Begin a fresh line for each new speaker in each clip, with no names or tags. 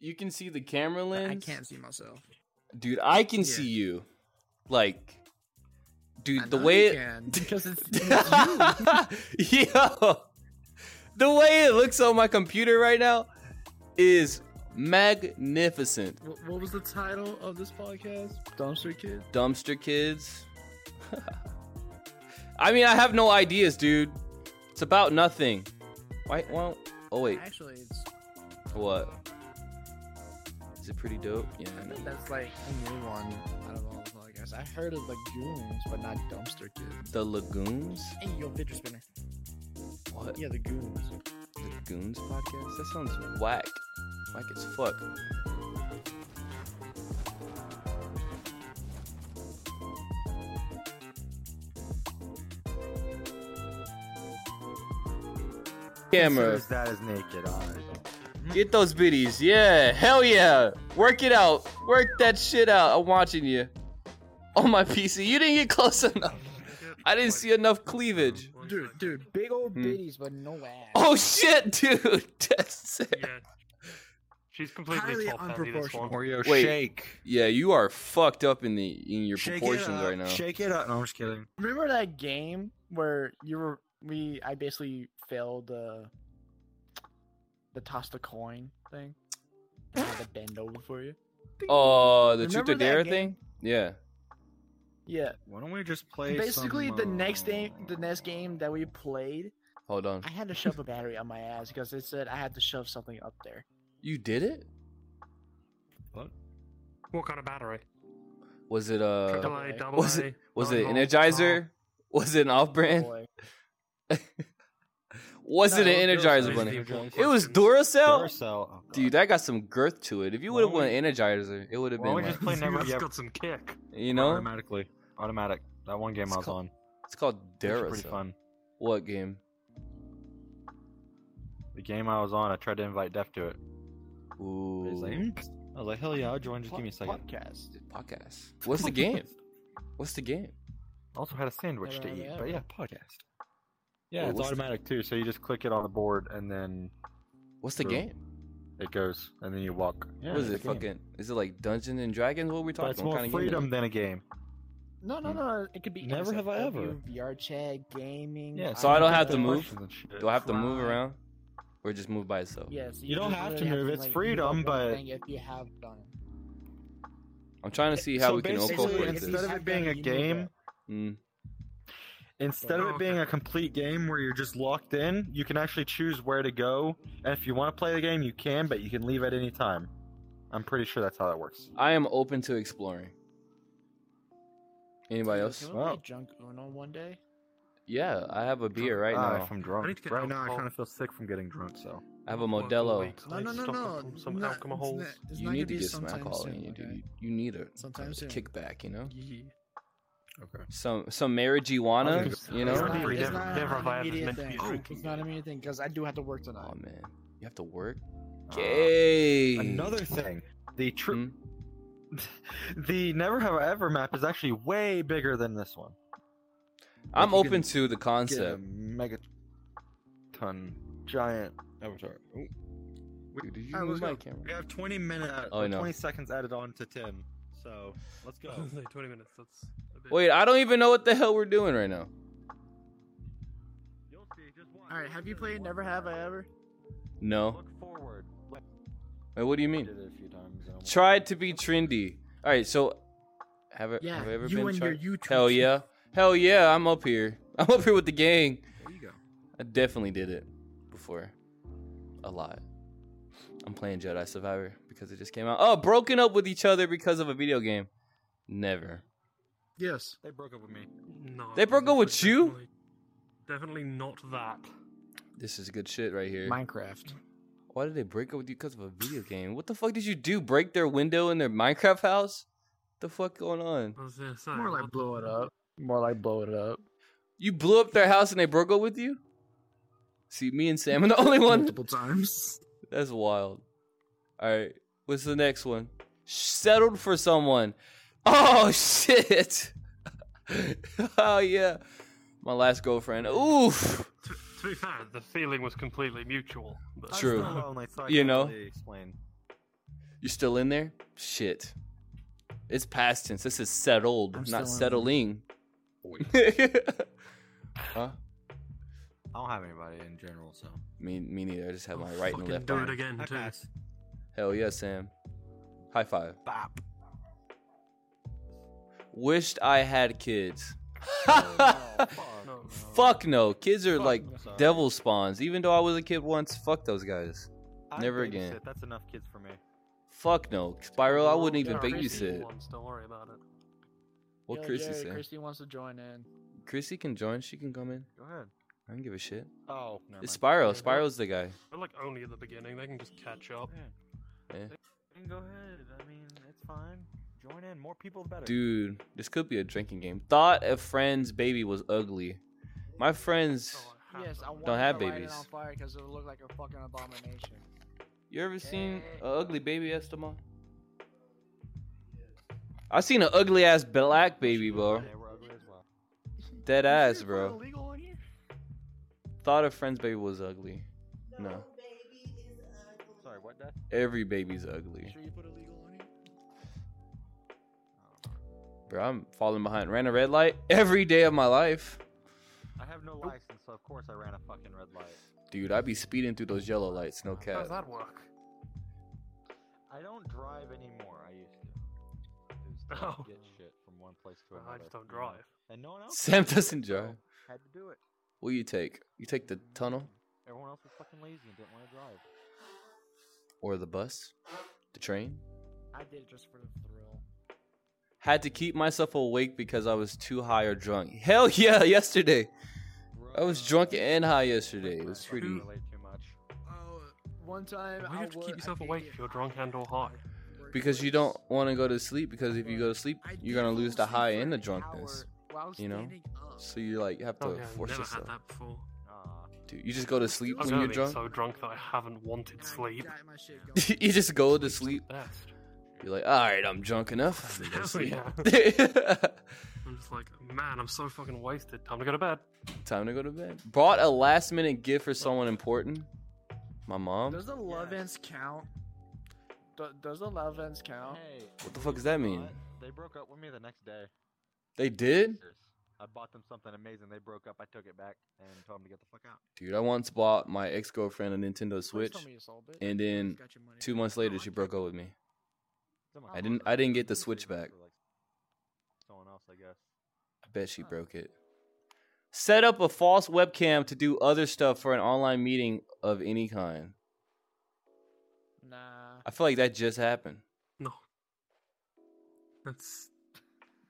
You can see the camera
But
lens.
I can't see myself.
Dude, I can
Yeah.
see you. Like, dude,
I
the
know
way
you
it.
can, because it's, it's you.
Yo, the way it looks on my computer right now is magnificent.
Wh- What was the title of this podcast? Dumpster Kid.
Dumpster kids. I mean, I have no ideas, dude. It's about nothing. Why won't? Oh wait,
Actually, it's,
what? Is it pretty dope? Yeah. I
I
know.
think that's like a new one out of all the podcasts. I heard of Lagoons, but not Dumpster Kid.
The Lagoons.
Hey, yo, fidget spinner.
What?
Yeah, the Goons.
Lagoons podcast? That sounds whack. Whack as fuck. Camera.
Considers that is naked, honestly.
Get those biddies. Yeah. Hell yeah. Work it out. Work that shit out. I'm watching you. On my PC. You didn't get close enough. I didn't see enough cleavage.
uh,
Dude, dude, big old
Hmm.
bitties, but no ass.
Oh shit, dude. That's it.
Yeah. She's completely
Highly
top heavy this
unproportional.
one.
Oreo
Wait.
shake.
Yeah, you are fucked up in the in your
Shake it
proportions
up.
right now.
Shake it up. No, I'm just kidding.
Remember that game where you were we? I basically failed the the toss the coin thing. I had to bend over for you.
Oh, the truth
Remember
or
that
dare
game?
thing? Yeah.
Yeah,
Why don't we just play?
basically
some,
the next
uh,
game, the next game that we played,
Hold on.
I had to shove a battery on my ass because it said I had to shove something up there.
You did it?
What kind of battery?
Was it
Triple
uh
A,
okay.
double
was
A.
it was it
non-alc,
Energizer? Was it an off brand?
Boy.
Was it
No,
an
it
Energizer
was
Those are the
bunny?
important
It was
questions.
Duracell?
Duracell. Oh, God.
Dude, that got some girth to it. If you
Why
would have
don't
won Energizer, it would have
why
been
don't we
like,
just play never
That's
yep.
got some kick.
you know?
automatically automatic. That one game
It's
I was
called
on.
It's called
It was pretty
Duracell.
fun.
What game?
The game I was on, I tried to invite Def to it. But He's like,
Ooh.
"Mm." I was like, hell yeah, I'll join. Just give me a second.
Podcast.
Podcast. What's the game? What's the game?
Also had a sandwich to
Never
eat,
had
but
it.
yeah, podcast. Yeah,
Wait,
it's
what's the-
automatic too. So you just click it on the board, and then
What's the
Bro.
game?
it goes, and then you walk. Yeah,
what is
it's
it?
a game.
Fucking is it like Dungeons and Dragons? What are we
But
talking
it's
about? What
more
kind of game is it?
freedom than a game.
No, no,
Hmm.
no. It could be.
Never have I
NSFW,
ever.
VR chat gaming.
Yeah,
So I don't have
the
to move?
questions and shit.
Do I have to move
Crime.
around, or just move by itself?
Yes.
You don't have to move, it's freedom, but-
if you have done it.
I'm trying to see how
So
we can
basically,
incorporate
instead
this.
of it being a game-
Mm.
Instead of it being a complete game where you're just locked in, you can actually choose where to go. And if you want to play the game, you can, but you can leave at any time. I'm pretty sure that's how that works.
I am open to exploring. Anybody else?
Can we play
Wow.
drunk Uno one day?
Yeah, I have a beer right
Ah,
now.
If I'm
I need to
drunk.
get
Right now, I
alcohol.
kind of feel sick from getting drunk, so.
I have a Modelo.
No, no, no, no. Some alcohol.
You need to get some alcohol in you, dude. You need a,
Sometime
a
soon.
kickback, you know.
Okay.
Some some marijuana,
Sounds like a
you
plan.
It's
know.
not,
Every
it's
different-
not
different
an
vibe is
immediate
meant to be
thing.
drinking.
It's not an immediate thing because I do have to work tonight.
Oh man, you have to work.
Uh,
Gay.
another thing. The true.
Hmm?
the Never Have I Ever map is actually way bigger than this one.
I'm
you can
open to the
Get a
concept.
mega ton giant avatar. Ooh.
Dude, did you
Alright,
move
let's
my
go.
camera?
We have 20 minutes,
Oh, I know.
20 seconds added on to Tim. So let's go.
Twenty minutes. That's. a bit-
Wait, uh, I don't even know what the hell we're doing right now.
All right, have you played Never Have I Ever?
No.
Look forward.
Wait, what do you
I
mean?
did it a few times. and I'm-
Tried to be trendy. All right, so have I,
Yeah,
have I ever
you
been
and
tried?
your YouTube.
Hell yeah, hell yeah! I'm up here. I'm up here with the gang.
There you go.
I definitely did it before, a lot. I'm playing Jedi Survivor because it just came out. Oh, broken up with each other because of a video game. Never.
Yes.
They broke up with me.
No.
They broke up with
this was
you?
definitely- Definitely not that.
This is good shit right here.
Minecraft.
Why did they break up with you because of a video game? What the fuck did you do? Break their window in their Minecraft house? the fuck going on?
I was gonna say,
More like
what-
blow it up. More like blow it up.
You blew up their house and they broke up with you? See, me and Sam are the only one.
Multiple times.
That's wild. All right, what's the next one? Settled for someone. Oh shit. oh yeah, my last girlfriend. Oof.
To, to be fair, the feeling was completely mutual. But
True.
I'm still lonely, so I
You
can't
know.
really explain.
You're still in there? Shit. It's past tense. This is settled,
I'm still in
not
there. Oh,
settling.
Wait,
huh?
I don't have anybody in general, so.
Me, me neither. I just have
I'll
my right and
fucking
left.
do
arm.
it again
I
too.
pass.
Hell yeah, Sam. High five.
Bop.
Wished I had kids.
Oh,
No.
Fuck no. Kids are
Fuck
like
no. Sorry.
devil spawns. Even though I was a kid once, fuck those guys.
I
Never
babysit,
again.
That's enough kids for me.
Fuck no. Spiral, I wouldn't even
yeah,
babysit.
Chrissy
sit.
Ones, don't worry about it.
What
Yo,
Chrissy
Jerry,
said.
Chrissy wants to join in.
Chrissy can join. She can come in.
Go ahead.
I don't give a shit.
Oh, no.
It's Spyro.
Yeah, well-
Spyro's the guy.
But like only at the beginning, they can just catch up.
Yeah.
Go ahead. I mean, it's fine. Join in. More people, the better.
Dude, this could be a drinking game. Thought a friend's baby was ugly. My friends.
Oh, I have
Yes,
them.
I want
Don't have
to light
babies.
it on fire because it would look like a fucking abomination.
You ever seen
Dang.
a ugly baby, Esteban? I seen an ugly ass black baby, bro.
Yeah, we're ugly as well.
Dead ass,
Is it
bro.
Illegal on here?
Thought a friend's baby was ugly. No.
Sorry, what, Dad?
Every baby's ugly.
Sure you put illegal on here?
Bro, I'm falling behind. Ran a red light every day of my life.
I have no license, so of course I ran a fucking red light.
Dude, I be speeding through those yellow lights, no
How
cap.
does that work?
I don't drive anymore. I used to. It was to
Oh.
get shit from one place to another.
I just don't
you know?
drive.
And no one else.
Sam
did,
doesn't
so
drive.
Had to do it.
What you take? You take the tunnel
Everyone else was fucking lazy and didn't want to drive.
or the bus, the train?
I did it just for the thrill.
Had to keep myself awake because I was too high or drunk. Hell yeah, yesterday. I was drunk and high yesterday. It was
I
pretty.
relate too much.
Oh, one time
Why do
I
you have to
would-
keep
I
yourself
did
awake
get
if you're drunk and or high?
work
Because you
late.
don't want to go to sleep because if you go to sleep,
I
you're going
did
to lose
fall
the
asleep
high
for
and the
an
drunkness.
hour while
you know?
standing up.
So you like have to
Oh yeah, I've
force
never
yourself.
had that before.
Aw.
Dude, you just go to sleep
I'm
when
gonna
you're
be
drunk.
so drunk that I haven't
And
wanted
I
sleep.
got my shit going.
you just go to sleep.
Best.
You're like, all right, I'm drunk enough. I'm gonna
Hell
sleep.
I'm just like, man, I'm so fucking wasted. Time to go to bed.
Time to go to bed. Bought a last minute gift for someone important. My mom.
Does the love ends count? Do- does the love ends count?
Hey,
What the
believe
fuck does
it or
that mean?
not, They broke up with me the next day.
They did?
I bought them something amazing. They broke up. I took it back and told them to get the fuck out.
Dude, I once bought my ex girlfriend a Nintendo
Please
Switch,
tell me you sold it.
and then
Got your money
two
back.
months
No,
later
I
she
didn't.
broke up with me.
Someone
I
else
didn't-
bought
I
them.
didn't get the
Usually
switch
that's
back.
for, like, Someone else, I guess.
I bet she broke it. Set up a false webcam to do other stuff for an online meeting of any kind.
Nah.
I feel like that just happened.
No. That's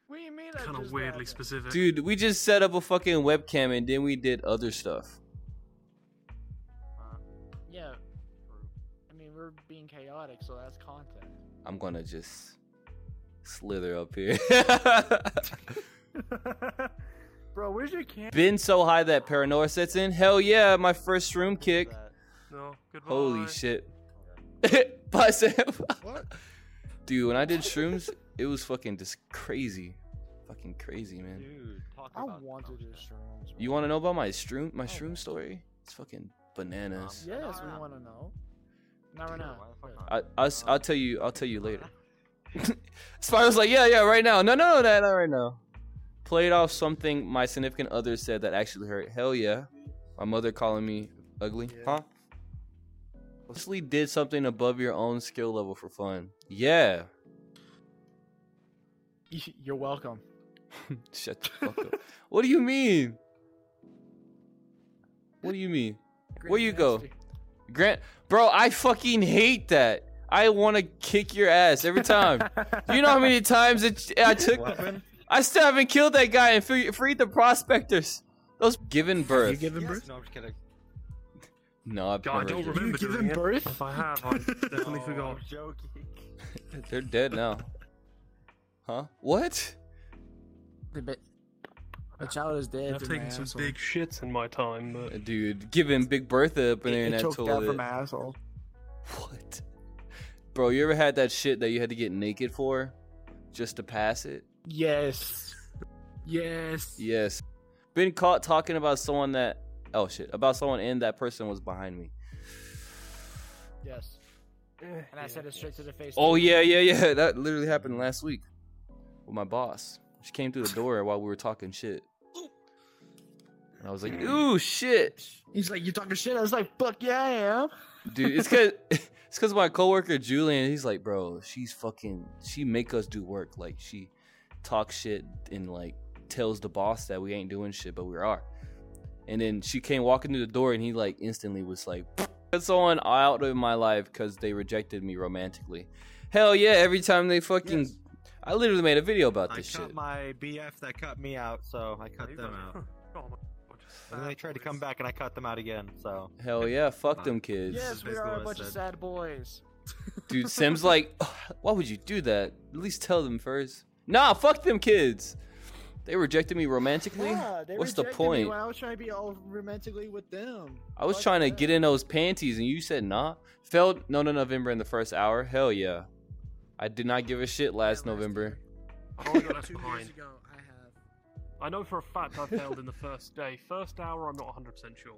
What do you mean?
kind of weirdly specific.
Dude, we just set up a fucking webcam and then we did other stuff.
Huh?
Yeah.
True.
I mean, we're being chaotic, so that's content.
I'm gonna just slither up here.
Bro, where's your camera?
Been so high that paranoia sets in. Hell yeah, my first room kick.
That-
No. Goodbye.
Holy shit.
okay.
Bye, Sam.
What?
Dude, when I did shrooms, it was fucking just crazy. Fucking crazy, man.
Dude, talk
I
about
wanted
some
to
shit.
shrooms.
You
bro.
want to know about my shroom my shroom story? It's fucking bananas.
Yes,
Nah.
we want to know. Not right
Dude,
now.
why the fuck
but-
not?
I I will tell you I'll tell you later. Spyro's like, "Yeah, yeah, right now." No, no, no, no, not right now. Played off something my significant other said that actually hurt. Hell yeah. My mother calling me ugly.
Yeah.
Huh? Honestly did something above your own skill level for fun. Yeah.
Y- You're welcome.
Shut the fuck up. What do you mean? What do you mean? Where you go? Grant, bro, I fucking hate that. I want to kick your ass every time. you know how many times it, I took.
What happened?
I still haven't killed that guy and free, freed the prospectors. Those given birth.
You giving
Yes,
birth?
No, I'm just kidding.
no, I've
God, I
never-
don't remember
You
doing
giving
it.
birth?
If I have, I definitely
No,
forgot.
I'm joking.
They're dead now. Huh? What?
The, ba- the child is dead.
I've
through my
taken some
asshole.
big shits in my time, but
Dude, giving Big Bertha up in there in
It
that
choked out
toilet.
from my asshole.
What? Bro, you ever had that shit that you had to get naked for just to pass it?
Yes. Yes.
Yes. Been caught talking about someone that oh shit, about someone and that person was behind me.
Yes.
And
And I said it straight to their face.
Oh yeah, yeah, yeah. That literally happened last week with my boss. She came through the door while we were talking shit. And I was like, "Ooh, shit,
He's like, you talking shit? I was like, fuck yeah, I am.
dude." It's cause it's cause my coworker Julian. He's like, "Bro, she's fucking. She make us do work. Like she talks shit and like tells the boss that we ain't doing shit, but we are." And then she came walking through the door, and he like instantly was like, "Put someone out of my life because they rejected me romantically." Hell yeah! Every time they fucking
Yes.
I literally made a video about
I
this
cut
shit.
my BF that cut me out, so I cut them out. And then they tried to come back and I cut them out again, so.
Hell yeah, fuck
Uh,
them kids.
Yeah.
Yes, we
basically
are
what
a
I
bunch of
said.
sad boys.
Dude, Sim's like, "Ugh, why would you do that? At least tell them first. Nah, fuck them kids. They rejected me romantically.
Yeah, they
What's the
rejected me
point?
when I was trying to be all romantically with them.
I was
Fuck
trying to
them.
get in those panties and you said nah. Failed no no November in the first hour. Hell yeah. I did not give a shit last November.
I've only got left
Oh, Two
behind.
years ago, I have.
I know for a fact I failed in the first day. First hour, I'm not 100% sure.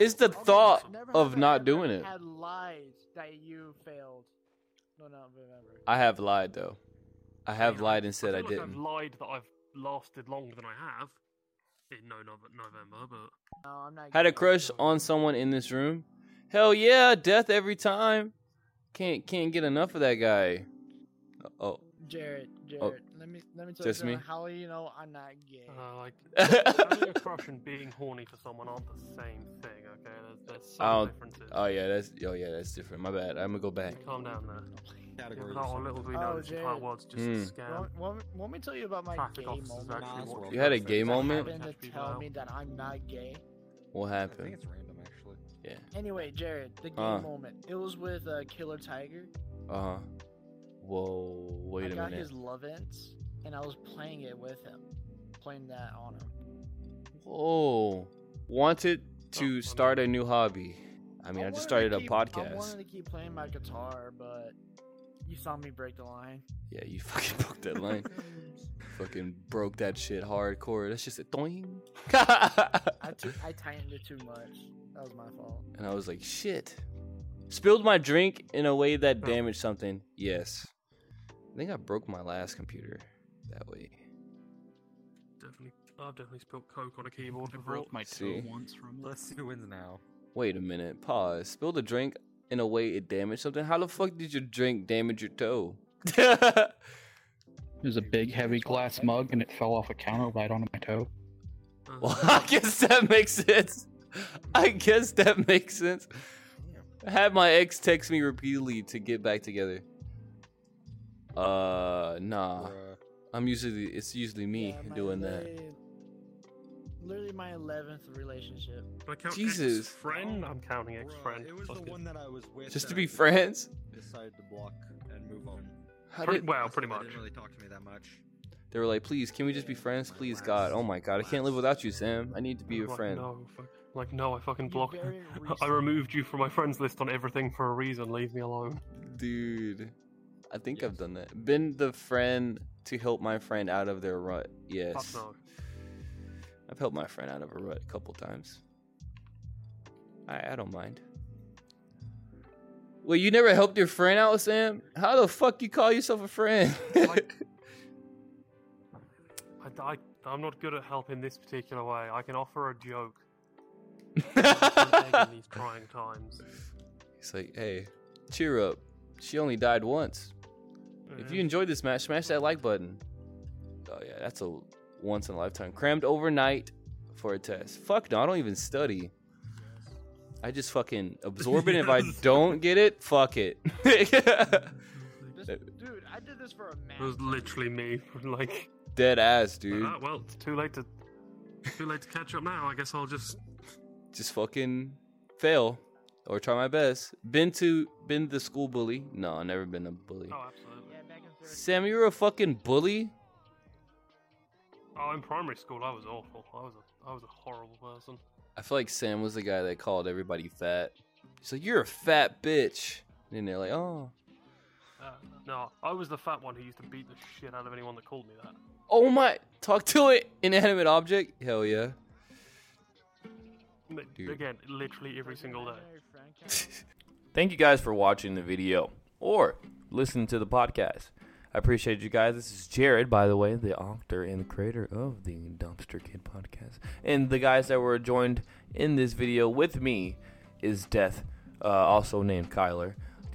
It's the
Although
thought
I've never
of
had-
not
I've
doing
never
it.
Had lies that you failed. No, no, remember.
I have lied though. I have lied and said I
feel like I've
didn't.
lied that I've lasted longer than I have in no Nov- November, but
No, I'm not.
Had
giving
a
up
crush
on
on
you.
someone in this room? Hell yeah, death every time. Can't can't get enough of that guy. Oh.
Jared. Jared, let me let me tell
just
you
me?
something. how you know I'm not gay.
uh, like having a crush and being horny for someone aren't the same thing. Okay, there's, there's some
I'll-
differences.
Oh yeah, that's oh yeah, that's different. My bad. I'm gonna go back.
Calm down there. Yeah,
Categories.
but all little do we know
Oh,
this entire
Jared.
world's just
Hmm.
a scam.
Won't, won't, won't me tell you about my
Traffic
gay
officers
moment?
actually
Nas
watch
World
You had a
this.
gay
That
moment?
happened
Catch
to
people
tell
out.
me that I'm not gay.
What
I think
happened?
it's random, actually.
Yeah.
Anyway, Jared, the gay
Uh.
moment. It was with uh, Killer Tiger.
Uh huh. Whoa. Wait
I
a
got
minute.
his love ends, and I was playing it with him, playing that on him.
Whoa. Wanted
Oh,
to
my
start a new hobby. I mean, I, just
wanted
started
to
a
keep- I
podcast.
wanted to keep playing my guitar, but you saw me break the line.
Yeah, you fucking broke that line. fucking broke that shit hardcore. That's just a thing. and
I too- I tightened it too much. That was my fault.
I was like, shit. Spilled my drink in a way that
Oh.
damaged something. Yes. I think I broke my last computer that way.
Definitely, I've definitely spilled coke on a keyboard
I
before.
broke my
See?
toe once from it. Let's see who wins now.
Wait a minute. Pause. Spilled a drink in a way it damaged something. How the fuck did your drink damage your toe?
It was a big, heavy glass mug, and it fell off a counter right onto my toe.
Uh,
well, I guess that makes sense. I guess that makes sense. I had my ex text me repeatedly to get back together. Uh, nah.
Bruh.
I'm usually it's usually me
Yeah, my
doing that.
literally- Literally my eleventh relationship.
do I count
Jesus.
friend. I'm counting ex
Bruh,
friend.
It was the one that I was with.
Just
uh,
that
to
I
be friends.
Decided to block and move on.
How
Pretty-
did,
well, pretty
They
much.
didn't really talk to me that much.
they were like, please, can we just be friends? Please, God. Oh my God, I can't live without you, Sam. I need to be
I'm
your
like,
friend.
No, fuck- like no, I fucking blocked.
You very
I
recent-
removed you from my friends list on everything for a reason. Leave me alone.
Dude, I think I've done that. Been the friend to help my friend out of their rut.
Fuck
Yes.
no.
I've helped my friend out of a rut a couple times. I, I don't mind. Well, you never helped your friend out, Sam? How the fuck you call yourself a friend?
Like- I, I, am not good at helping this particular way. I can offer a joke. in these trying times.
He's like, hey, cheer up. She only died once. If you enjoyed this match, smash that like button. Oh yeah, that's a once in a lifetime. Crammed overnight for a test. Fuck no, I don't even study. I just fucking absorb it. and If I
Yes.
don't get it, fuck it.
This,
Uh,
dude, I did this for a man.
It was literally me. Like,
Dead ass, dude.
ah, well, it's too late to, too late to catch up now. I guess I'll just
Just fucking fail or try my best. Been to been the school bully? No, i never been a bully.
Oh, absolutely.
Yeah, back in third.
Sam, you were a fucking bully.
Oh, in primary school, I was awful. I was a, I was a horrible person.
I feel like Sam was the guy that called everybody fat. He's like, "You're a fat bitch," and they're like, "Oh."
Uh, no, I was the fat one who used to beat the shit out of anyone that called me that.
Oh my! Talk to it, inanimate object. Hell yeah!
Li-
Dude.
Again, literally every single day.
Imaginary friend count?
Thank you guys for watching the video.
or listen to the podcast. I appreciate you guys. This is Jared, by the way, the actor and the creator of the Dumpster Kid podcast. And the guys that were joined in this video with me is Death, uh, also named Kyler,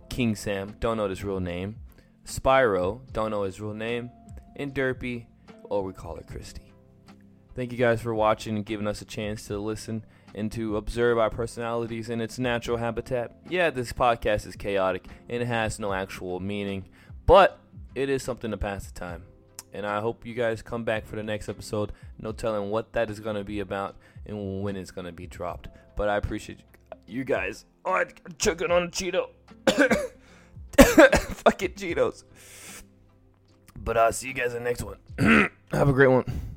King Sam, don't know his real name, Spyro, don't know his real name, and Derpy, or we call her Christy. Thank you guys for watching and giving us a chance to listen and to observe our personalities in its natural habitat. Yeah, this podcast is chaotic and it has no actual meaning, but it is something to pass the time. And I hope you guys come back for the next episode. No telling what that is going to be about and when it's going to be dropped. But I appreciate you guys. Oh, I took it on a Cheeto. Fucking Cheetos. But I'll see you guys in the next one. Have a great one.